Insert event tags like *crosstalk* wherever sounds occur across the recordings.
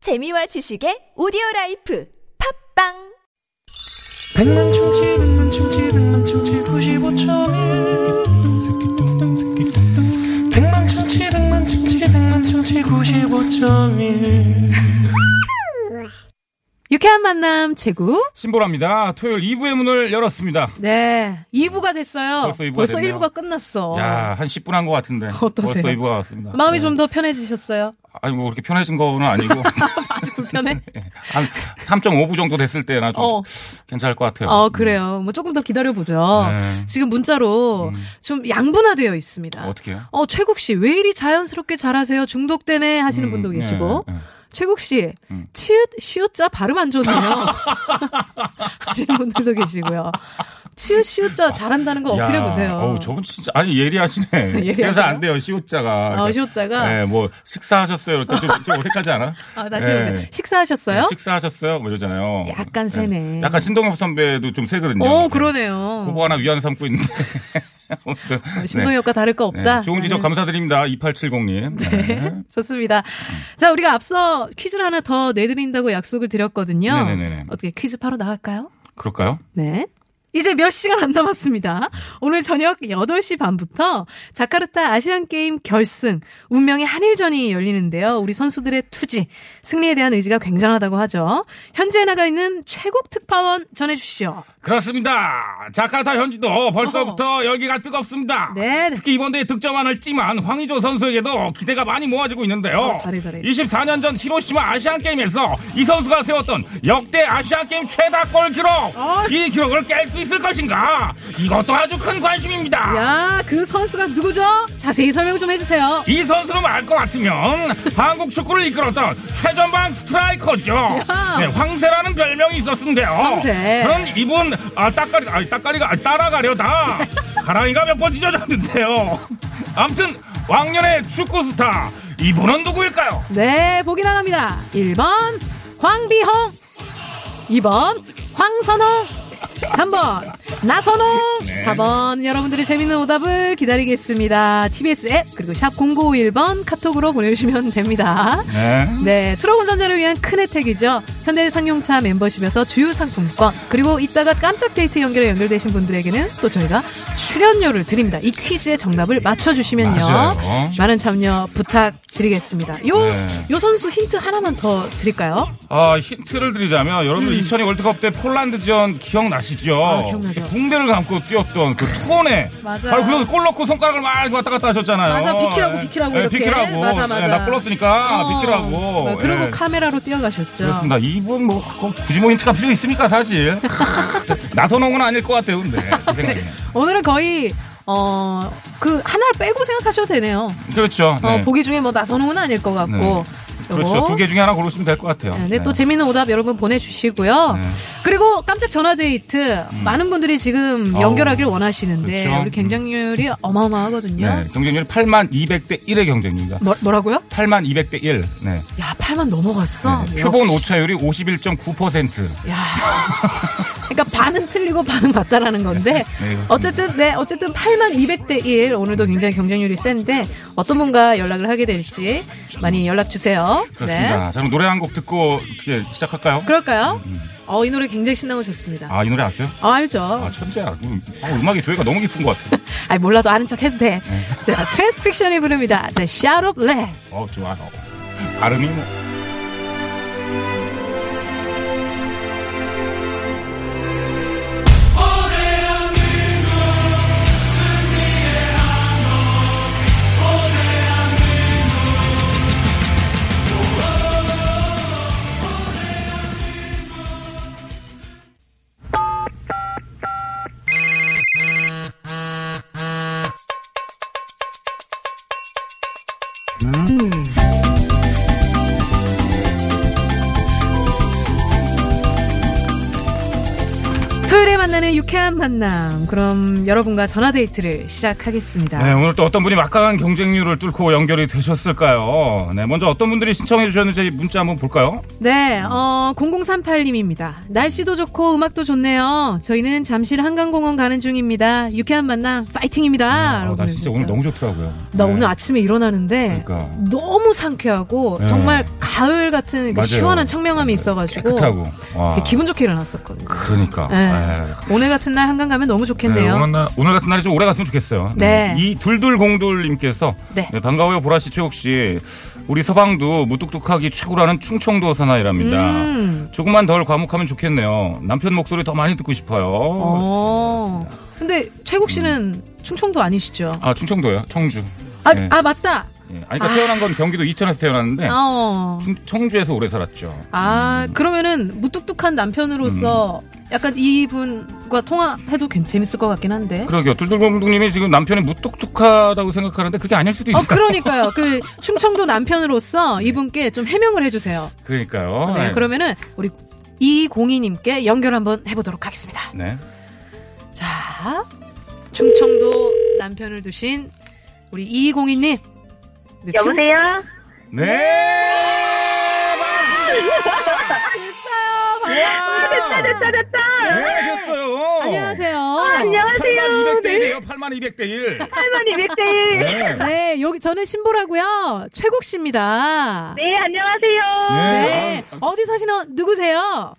재미와 지식의 오디오 라이프 팝빵 백만 충치 백만 충치 백만 충치 95.1 백만 충치 백만 충치 백만 충치 95.1 유쾌한 만남 최고. 신보라입니다. 토요일 2부의 문을 열었습니다. 네. 2부가 됐어요. 벌써 2부가 됐네요. 1부가 끝났어. 야, 한 10분 한 것 같은데. 어떠세요? 벌써 2부가 왔습니다. 마음이 예. 좀 더 편해지셨어요? *laughs* 아니, 뭐, 그렇게 편해진 거는 아니고. 아주 불편해? 예. 한 3.5부 정도 됐을 때나 좀 어. 괜찮을 것 같아요. 어, 그래요. 뭐 조금 더 기다려보죠. 네. 음. 지금 문자로 좀 양분화되어 있습니다. 어떻게 해요? 어, 최국 씨, 왜 이리 자연스럽게 잘하세요? 중독되네 하시는 음, 분도 예, 계시고. 예, 예. 최국 씨, 치읓, 시읒자 발음 안 *laughs* 좋네요. 하시는 분들도 계시고요. 치읓, 시읒자 잘한다는 거 야, 어필해보세요. 어우, 저분 진짜, 아니, 예리하시네. *laughs* 그래서 예리하세요? 안 돼요, 시옷자가. 어, 시옷자가? 예, 뭐, 식사하셨어요. 이렇게 좀, 좀 어색하지 않아? 아, 다시 해보세요. 예. 식사하셨어요? 네, 식사하셨어요? 뭐 이러잖아요. 약간 예. 세네. 약간 신동엽 선배도 좀 세거든요. 어, 그러네요. 그거 하나 위안 삼고 있는데. *laughs* 아무튼, 네. 신동엽과 다를 거 네, 없다. 좋은 지적 라는- 감사드립니다. 2870님. 네. 좋습니다. 음. 자, 우리가 앞서 퀴즈를 하나 더 내드린다고 약속을 드렸거든요. 네네네네. 어떻게 퀴즈 바로 나갈까요? 그럴까요? 네. 이제 몇 시간 안 남았습니다. 오늘 저녁 8시 반부터 자카르타 아시안게임 결승, 운명의 한일전이 열리는데요. 우리 선수들의 투지, 승리에 대한 의지가 굉장하다고 하죠. 현지에 나가 있는 최국 특파원 전해주시죠. 그렇습니다. 자카르타 현지도 벌써부터 열기가 뜨겁습니다. 네. 특히 이번 대회 득점왕을 찜한 황의조 선수에게도 기대가 많이 모아지고 있는데요. 어, 잘해, 잘해. 24년 전 히로시마 아시안게임에서 이 선수가 세웠던 역대 아시안게임 최다 골 기록. 이 기록을 깰 수 있을 것인가? 이것도 아주 큰 관심입니다. 야, 그 선수가 누구죠? 자세히 설명 좀 해주세요. 이 선수는 알 것 *laughs* 같으면 한국 축구를 이끌었던 최전방 스트라이커죠. 야. 네, 황새라는 별명이 있었는데요. 황새. 저는 이분 아, 따까리 아니 따까리가 아니, *laughs* 따라가려다 가랑이가 몇 번 찢어졌는데요. 아무튼 왕년의 축구 스타 이분은 누구일까요? 네, 보기 나갑니다. 1번 황비홍, 2번 황선홍, 3번 나선홍, 네. 4번 여러분들의 재밌는 오답을 기다리겠습니다. TBS 앱 그리고 샵 0951번 카톡으로 보내주시면 됩니다. 네. 네, 트럭 운전자를 위한 큰 혜택이죠. 현대 상용차 멤버십에서 주유 상품권 그리고 이따가 깜짝 데이트 연결에 연결되신 분들에게는 또 저희가 출연료를 드립니다. 이 퀴즈의 정답을 맞춰주시면요. 맞아요. 많은 참여 부탁드리겠습니다. 요, 네. 요 선수 힌트 하나만 더 드릴까요? 아, 힌트를 드리자면 여러분들 2002 월드컵 때 폴란드전 기억나시죠? 음. 그 아, 기억나죠. 붕대를 감고 뛰었던 그 투혼에 맞아요. 바로 그골 넣고 손가락을 막 이렇게 왔다 갔다 하셨잖아요. 맞아, 비키라고, 예. 비키라고 예, 이렇게. 비키라고. 맞아, 맞아. 예, 나 골랐으니까 비키라고. 어, 그리고 예. 카메라로 뛰어가셨죠. 그렇습니다. 이분 뭐 굳이 뭐 힌트가 필요 있습니까 사실? *laughs* 나선홍은 아닐 것 같아요, 근데. 그 생각에. 오늘은 거의, 어, 그, 하나를 빼고 생각하셔도 되네요. 그렇죠. 어, 네. 보기 중에 뭐 나선홍은 아닐 것 같고. 네. 그렇죠. 요거. 두 개 중에 하나 고르시면 될 것 같아요. 네, 근데 또 재미있는 오답 여러분 보내주시고요. 네. 음. 그리고 깜짝 전화 데이트 많은 분들이 지금 아우, 연결하길 원하시는데 그렇죠. 우리 경쟁률이 어마어마하거든요. 네, 경쟁률 8만 200대 1의 경쟁률입니다. 뭐, 뭐라고요? 8만 200대 1. 네. 야, 8만 넘어갔어. 네, 표본 아, 역시. 오차율이 51.9%. 야. 그러니까 반은 틀리고 반은 맞다라는 건데 네, 그렇습니다. 어쨌든 네 어쨌든 8만 200대 1 오늘도 굉장히 경쟁률이 센데 어떤 분과 연락을 하게 될지 많이 연락 주세요. 네. 그렇습니다. 자, 그럼 노래 한 곡 듣고 어떻게 시작할까요? 그럴까요? 어 이 노래 굉장히 신나고 좋습니다. 음. 아, 이 노래 아세요? 어, 알죠. 아, 천재야. 음, 아, 음악의 조예가 너무 깊은 것 같아. 아니 몰라도 아는 척 해도 돼. 자, 트랜스픽션이 부릅니다. The Shot of Less. 어, 좋아. 어. 발음이 뭐. 토요일에 만나 만나는 유쾌한 만남. 그럼 여러분과 전화데이트를 시작하겠습니다. 네, 오늘 또 어떤 분이 막강한 경쟁률을 뚫고 연결이 되셨을까요? 네, 먼저 어떤 분들이 신청해 주셨는지 문자 한번 볼까요? 네, 어, 0038님입니다. 날씨도 좋고 음악도 좋네요. 저희는 잠실 한강공원 가는 중입니다. 유쾌한 만남 파이팅입니다. 아, 라고 나 진짜 보내주셨어요. 오늘 너무 좋더라고요. 나 네. 오늘 아침에 일어나는데 그러니까. 너무 상쾌하고 네. 정말 가을 같은 그 맞아요. 네. 시원한 청명함이 있어가지고 깨끗하고. 와. 되게 기분 좋게 일어났었거든요. 그러니까. 네. 네. 오늘 같은 날 한강 가면 너무 네, 좋겠네요. 오늘, 날- 오늘 같은 날이 좀 오래 갔으면 좋겠어요. 네. 이 둘둘공둘님께서 네. 네, 반가워요 보라 씨 최욱 씨. 우리 서방도 무뚝뚝하기 최고라는 충청도 사나이랍니다. 음. 조금만 덜 과묵하면 좋겠네요. 남편 목소리 더 많이 듣고 싶어요. 어. 근데 최국 씨는 충청도 아니시죠? 아 충청도요, 청주. 아, 네. 아 맞다. 예. 아니 그러니까 태어난 건 경기도 이천에서 태어났는데 아, 어. 충- 청주에서 오래 살았죠. 아 그러면은 무뚝뚝한 남편으로서 약간 이분과 통화해도 괜- 재밌을 것 같긴 한데. 그러게요. 둘둘공둥님이 지금 남편이 무뚝뚝하다고 생각하는데 그게 아닐 어 수도 있어요. 그러니까요. 그 충청도 남편으로서 이분께 좀 해명을 해주세요. *laughs* 그러니까요. 네, 예. 그러면은 우리 이공이님께 연결 한번 해보도록 하겠습니다. 네. 자, 충청도 남편을 두신 우리 이공이님. 네, 최- 여보세요? 네. 됐다, 됐다, 됐다! 네. 네, 됐어요. 안녕하세요. 아, 안녕하세요. 네, 8만 200대 1이에요. 8만 200대 1. 할머니 200대1. 네. 네. 네, 여기 저는 신보라고요. 최국 씨입니다. 네. 안녕하세요. 네. 아. 네, 어디 사시는 누구세요?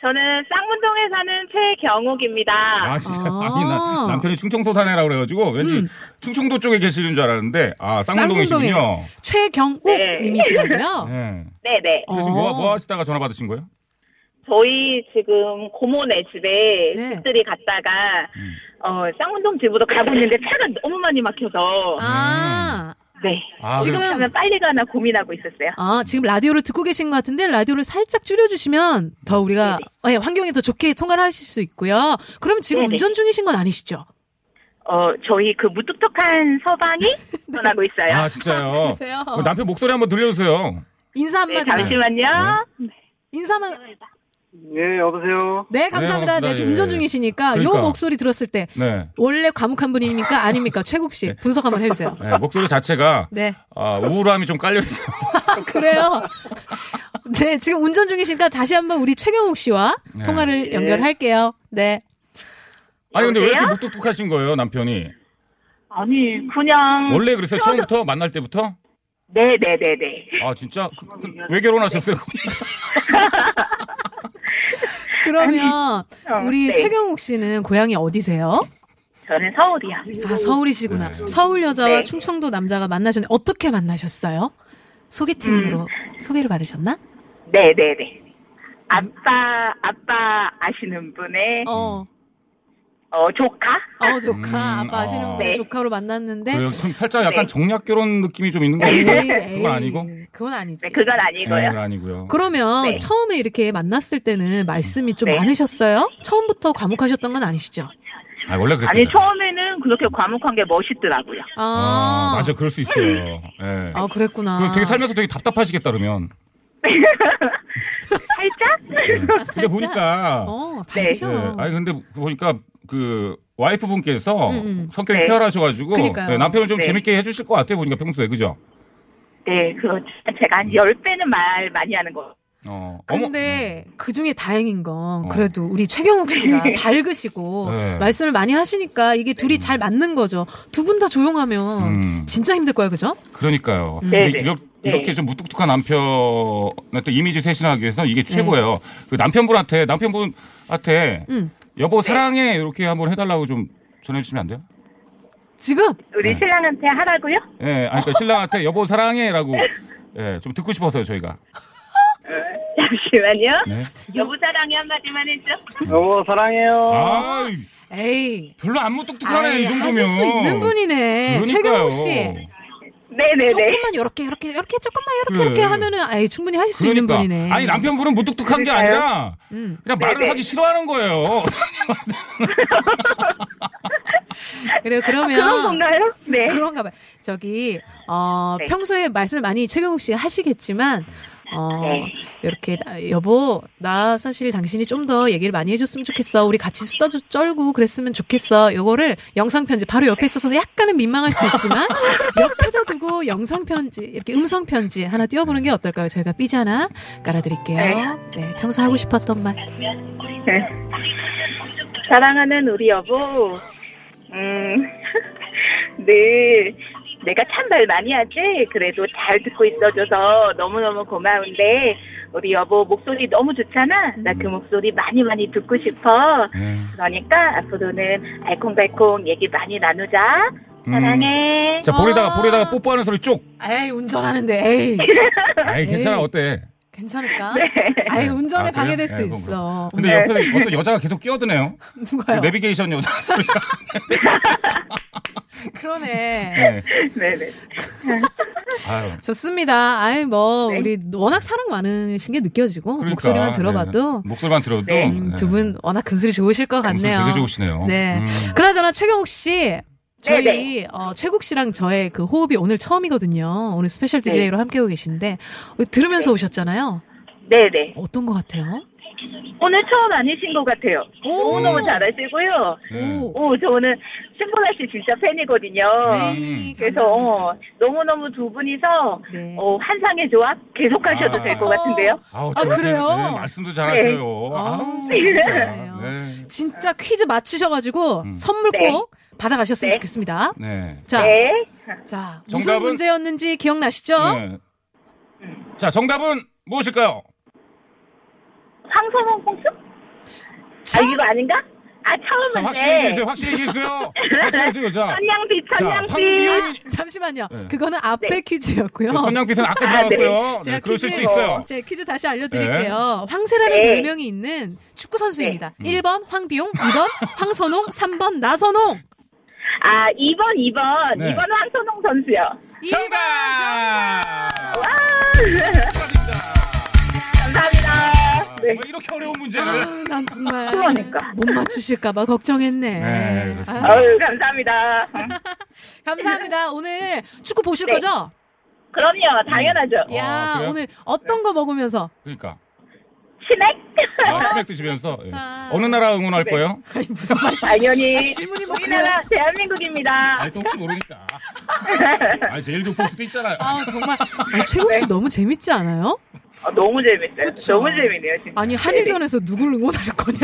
저는 쌍문동에 사는 최경욱입니다. 아 진짜 아. 음. 아니 나 남편이 충청도 사내라고 그래가지고 왠지 충청도 쪽에 계시는 줄 알았는데 아 쌍문동이시군요. *laughs* 네. 최경욱님이시라고요. 네. 네네. 어. 그래서 뭐, 뭐 하시다가 전화 받으신 거예요? 저희 지금 고모네 집에 네. 집들이 갔다가, 어, 쌍문동 집으로 가고 있는데 차가 너무 많이 막혀서, 아, 네. 아, 지금 그래요? 그러면 빨리 가나 고민하고 있었어요. 아, 지금 라디오를 듣고 계신 것 같은데 라디오를 살짝 줄여주시면 더 우리가 예, 환경에 더 좋게 통화를 하실 수 있고요. 그럼 지금 네네. 운전 중이신 건 아니시죠? 어, 저희 그 무뚝뚝한 서방이 떠나고 있어요. 아 진짜요? 그러세요? 어, 남편 목소리 한번 들려주세요. 인사 네, 한마디. 잠시만요. 인사만. 예, 여보세요. 네, 감사합니다. 네, 네, 반갑습니다. 지금 운전 예. 중이시니까 이 그러니까. 목소리 들었을 때 네. 원래 과묵한 분이니까 아닙니까? 최국 씨 분석 한번 해주세요. 네, 목소리 자체가 네. 아, 우울함이 좀 깔려 있어요. 그래요. *laughs* 네, 지금 운전 중이시니까 다시 한번 우리 최경욱 씨와 네. 통화를 연결할게요. 네. 아니 근데 왜 이렇게 여보세요? 무뚝뚝하신 거예요, 남편이? 아니, 그냥. 원래 그랬어요? 처음부터 만날 때부터? 네네네네. 아 진짜? 그, 그, 왜 결혼하셨어요? 그러면 어, 우리 네. 최경욱 씨는 고향이 어디세요? 저는 서울이요. 아, 서울이시구나. 서울 여자와 네. 충청도 남자가 만나셨는데 어떻게 만나셨어요? 소개팅으로 소개를 받으셨나? 네네네. 아빠, 아빠 아시는 분의, 어. 어, 조카? 어, 조카. 음, 아빠 아시는 어. 분의 네. 조카로 만났는데 그래요? 좀 살짝 약간 네. 정략 결혼 느낌이 좀 있는 거 에이, 같은데 에이, 그건 아니고? 네. 그건 아니지. 네, 그건 네, 아니고요. 그건 아니고요. 그러면 네. 처음에 이렇게 만났을 때는 말씀이 좀 네. 많으셨어요? 처음부터 과묵하셨던 건 아니시죠? 아 원래 그랬 아니, 처음에는 그렇게 과묵한 게 멋있더라고요. 아, 아, 맞아 그럴 수 있어요. 예. 아, 그랬구나. 그 되게 살면서 되게 답답하시겠다 그러면. 예. 살짝? 근데 보니까 어, 네. 반죠. 예. 아니 근데 보니까 그 와이프 분께서 음. 성격이 네. 쾌활하셔가지고 그러니까요. 예, 남편을 좀 네. 재밌게 해주실 것 같아요 보니까 평소에 그죠? 네, 그거 제가 한 열배는말 많이 하는 거. 어. 근데 그 중에 다행인 건 어. 그래도 우리 최경욱 씨가 밝으시고 네. 말씀을 많이 하시니까 이게 둘이 잘 맞는 거죠. 두 분 다 조용하면 음. 진짜 힘들 거야, 그죠? 그러니까요. 음. 네네. 이렇게, 네. 이렇게 좀 무뚝뚝한 남편의 또 이미지 쇄신하기 위해서 이게 최고예요. 그 남편분한테 남편분한테 네. 음. 여보 사랑해 이렇게 한번 해달라고 좀 전해주시면 안 돼요? 지금 우리 네. 신랑한테 하라고요? *laughs* 예, 아니 그러니까 신랑한테 여보 사랑해라고 예, 좀 듣고 싶어서요 저희가. 잠시만요. 네. 여보 사랑해 한마디만 해줘. 여보, 사랑해요. 아, 에이. 별로 안 무뚝뚝하네 어. 아이, 이 정도면. 하실 수 있는 분이네. 최경욱 씨. 네네네. 조금만 이렇게 이렇게 이렇게 조금만 이렇게 그래. 이렇게 하면은 아예 충분히 하실 수 있는 네. 그러니까. 분이네. 아니 남편분은 무뚝뚝한 게 아니라 음. 그냥 말을 네네. 하기 싫어하는 거예요. 그래 그러면 그런 건가요? 네. 그런가 봐요. 저기 어 네. 평소에 말씀을 많이 최경욱 씨 하시겠지만 어, 네. 이렇게 나- 여보 나 사실 당신이 좀 더 얘기를 많이 해줬으면 좋겠어. 우리 같이 수다 좀 쩔고 그랬으면 좋겠어. 요거를 영상 편지 바로 옆에 있어서 약간은 민망할 수 있지만 *laughs* 옆에다 두고 영상 편지 이렇게 음성 편지 하나 띄워보는 게 어떨까요? 저희가 삐잖아 깔아드릴게요. 네, 평소 하고 싶었던 말. 네. 사랑하는 우리 여보, 음, *laughs* 늘 내가 참말 많이 하지? 그래도 잘 듣고 있어줘서 너무너무 고마운데, 우리 여보 목소리 너무 좋잖아? 나 그 목소리 많이 많이 듣고 싶어. 예. 그러니까 앞으로는 알콩달콩 얘기 많이 나누자. 사랑해. 음. 어. 자, 볼에다가, 볼에다가 뽀뽀하는 소리 쭉. 에이 운전하는데 에이 *laughs* 아이, 괜찮아, 에이. 어때? 괜찮을까? 네. 아이 운전에 아, 그래요? 방해될 네, 수 그럼, 있어. 근데 옆에 어떤 여자가 계속 끼어드네요. 그 누가요? 내비게이션 *laughs* 여자 소리가. 그러네. 네. *laughs* 네네. 아유. 좋습니다. 아이 뭐 네. 우리 워낙 사랑 많으신 게 느껴지고 그러니까, 목소리만 들어봐도 음, 네. 목소리만 들어도 네. 네. 아, 두 분 워낙 금슬이 좋으실 것 목소리 같네요. 되게 좋으시네요. 네. 음. 그나저나 최경욱 씨 저희 네. 어, 최국 씨랑 저의 그 호흡이 오늘 처음이거든요. 오늘 스페셜 네. DJ로 함께하고 계신데 어, 들으면서 오셨잖아요. 네네. 어떤 것 같아요? 오늘 처음 아니신 것 같아요. 너무너무 잘하시고요. 네. 오. 오, 저는 신보라 씨 진짜 팬이거든요. 음. 네, 그래서 어, 너무너무 두 분이서 네. 어, 환상의 조합 계속 하셔도 아. 될 것 같은데요. 아우, 아, 저렇게, 그래요? 네, 말씀도 잘하세요. 아우, 아우, 진짜네요. 네. 진짜 퀴즈 맞추셔가지고 음. 선물 네. 꼭 받아가셨으면 네. 좋겠습니다. 네. 자, 네. 자 무슨 정답은? 문제였는지 기억나시죠? 네. 자, 정답은 무엇일까요? 황소홍 공수? 아, 이거 아닌가? 아, 자, 처음인데. 네. 확실히 얘기해주세요. *laughs* *laughs* 확실히 얘기해주세요. 확실히 해주세요. 자, 천냥비, 자, 천냥비. 황미연. 잠시만요. 네. 그거는 앞에 네. 퀴즈였고요. 선양빛은 아까 지나갔고요. 네, 그러실 수 있어요. 제 퀴즈 다시 알려드릴게요. 황세라는 네. 별명이 있는 축구 선수입니다. 네. 1번 황비용, 2번 *laughs* 황선홍, 3번 나선홍. 아, 2번, 2번. 네. 2번 황소홍 선수요. 정답! 와, 네. 축하드립니다. 감사합니다. 네. 정말 이렇게 어려운 문제를. 아, 난 정말 그러니까. 못 맞추실까봐 걱정했네. 네, 그렇습니다. 아유, 어유 감사합니다. 아, 감사합니다. 오늘 축구 보실 네. 거죠? 그럼요, 당연하죠. 예. 야, 아, 어, 그래요? 오늘 어떤 거 먹으면서 그러니까. 신액? 아, 치맥 드시면서. 예. 아. 어느 나라 응원할 거예요? 아니, *laughs* 무슨 말씀? 아, 당연히 질문이 뭐 우리나라 대한민국입니다. 아니, 또 혹시 모르니까. 아니, 제일 교포일 수도 있잖아요. 아 정말 아니, 최국 네. 씨 너무 재밌지 않아요? 아, 너무 재밌어요. 그쵸. 너무 재밌네요, 진짜. 아니 한일전에서 누구를 응원할 거냐.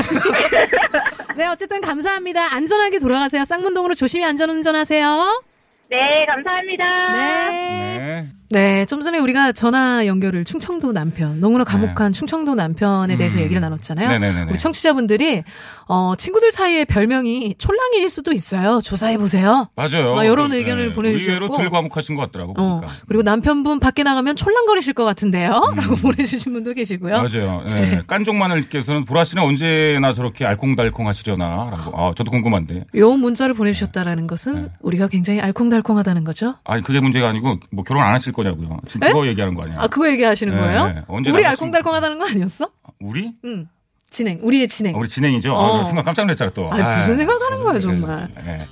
*laughs* 네 어쨌든 감사합니다. 안전하게 돌아가세요. 쌍문동으로 조심히 안전운전하세요. 네, 감사합니다. 네. 네. 네, 좀 전에 우리가 전화 연결을 충청도 남편, 너무나 감옥한 충청도 남편에 대해서 네. 음. 얘기를 나눴잖아요. 네네네네. 우리 청취자분들이 어 친구들 사이에 별명이 촐랑이일 수도 있어요. 조사해 보세요. 맞아요. 아, 여론 네. 의견을 보내주셨고. 의외로 들과목하신 것 같더라고. 어, 보니까. 음. 그리고 남편분 밖에 나가면 촐랑거리실 것 같은데요? 라고 *laughs* 보내주신 분도 계시고요. 네. 맞아요. 예. 깐종마늘께서는 보라 씨는 언제나 저렇게 알콩달콩 하시려나라고. 아, 저도 궁금한데. 요 문자를 보내주셨다라는 것은 네. 우리가 굉장히 알콩달콩하다는 거죠? 아니, 그게 문제가 아니고 뭐 결혼 안 하실 거냐고요. 지금 그거 얘기하는 거 아니야. 아, 그거 얘기하시는 네, 거예요? 네. 언제 우리 나갔습니까? 알콩달콩하다는 거 아니었어? 우리? 응. 진행, 우리의 진행. 아, 우리 진행이죠. 아, 어. 나 순간 깜짝 놀랐잖아 네, 또. 아니, 무슨 생각하는 거야, 정말.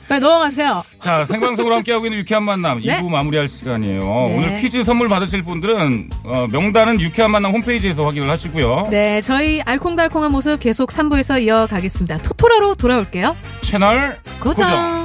빨리 넘어가세요. 자, 생방송으로 함께하고 있는 유쾌한 만남 네. 2부 마무리할 시간이에요. 오늘 퀴즈 선물 받으실 분들은 어, 명단은 유쾌한 만남 홈페이지에서 확인을 하시고요. 네, 저희 알콩달콩한 모습 계속 3부에서 이어가겠습니다. 토토라로 돌아올게요. 채널 고정. 고정.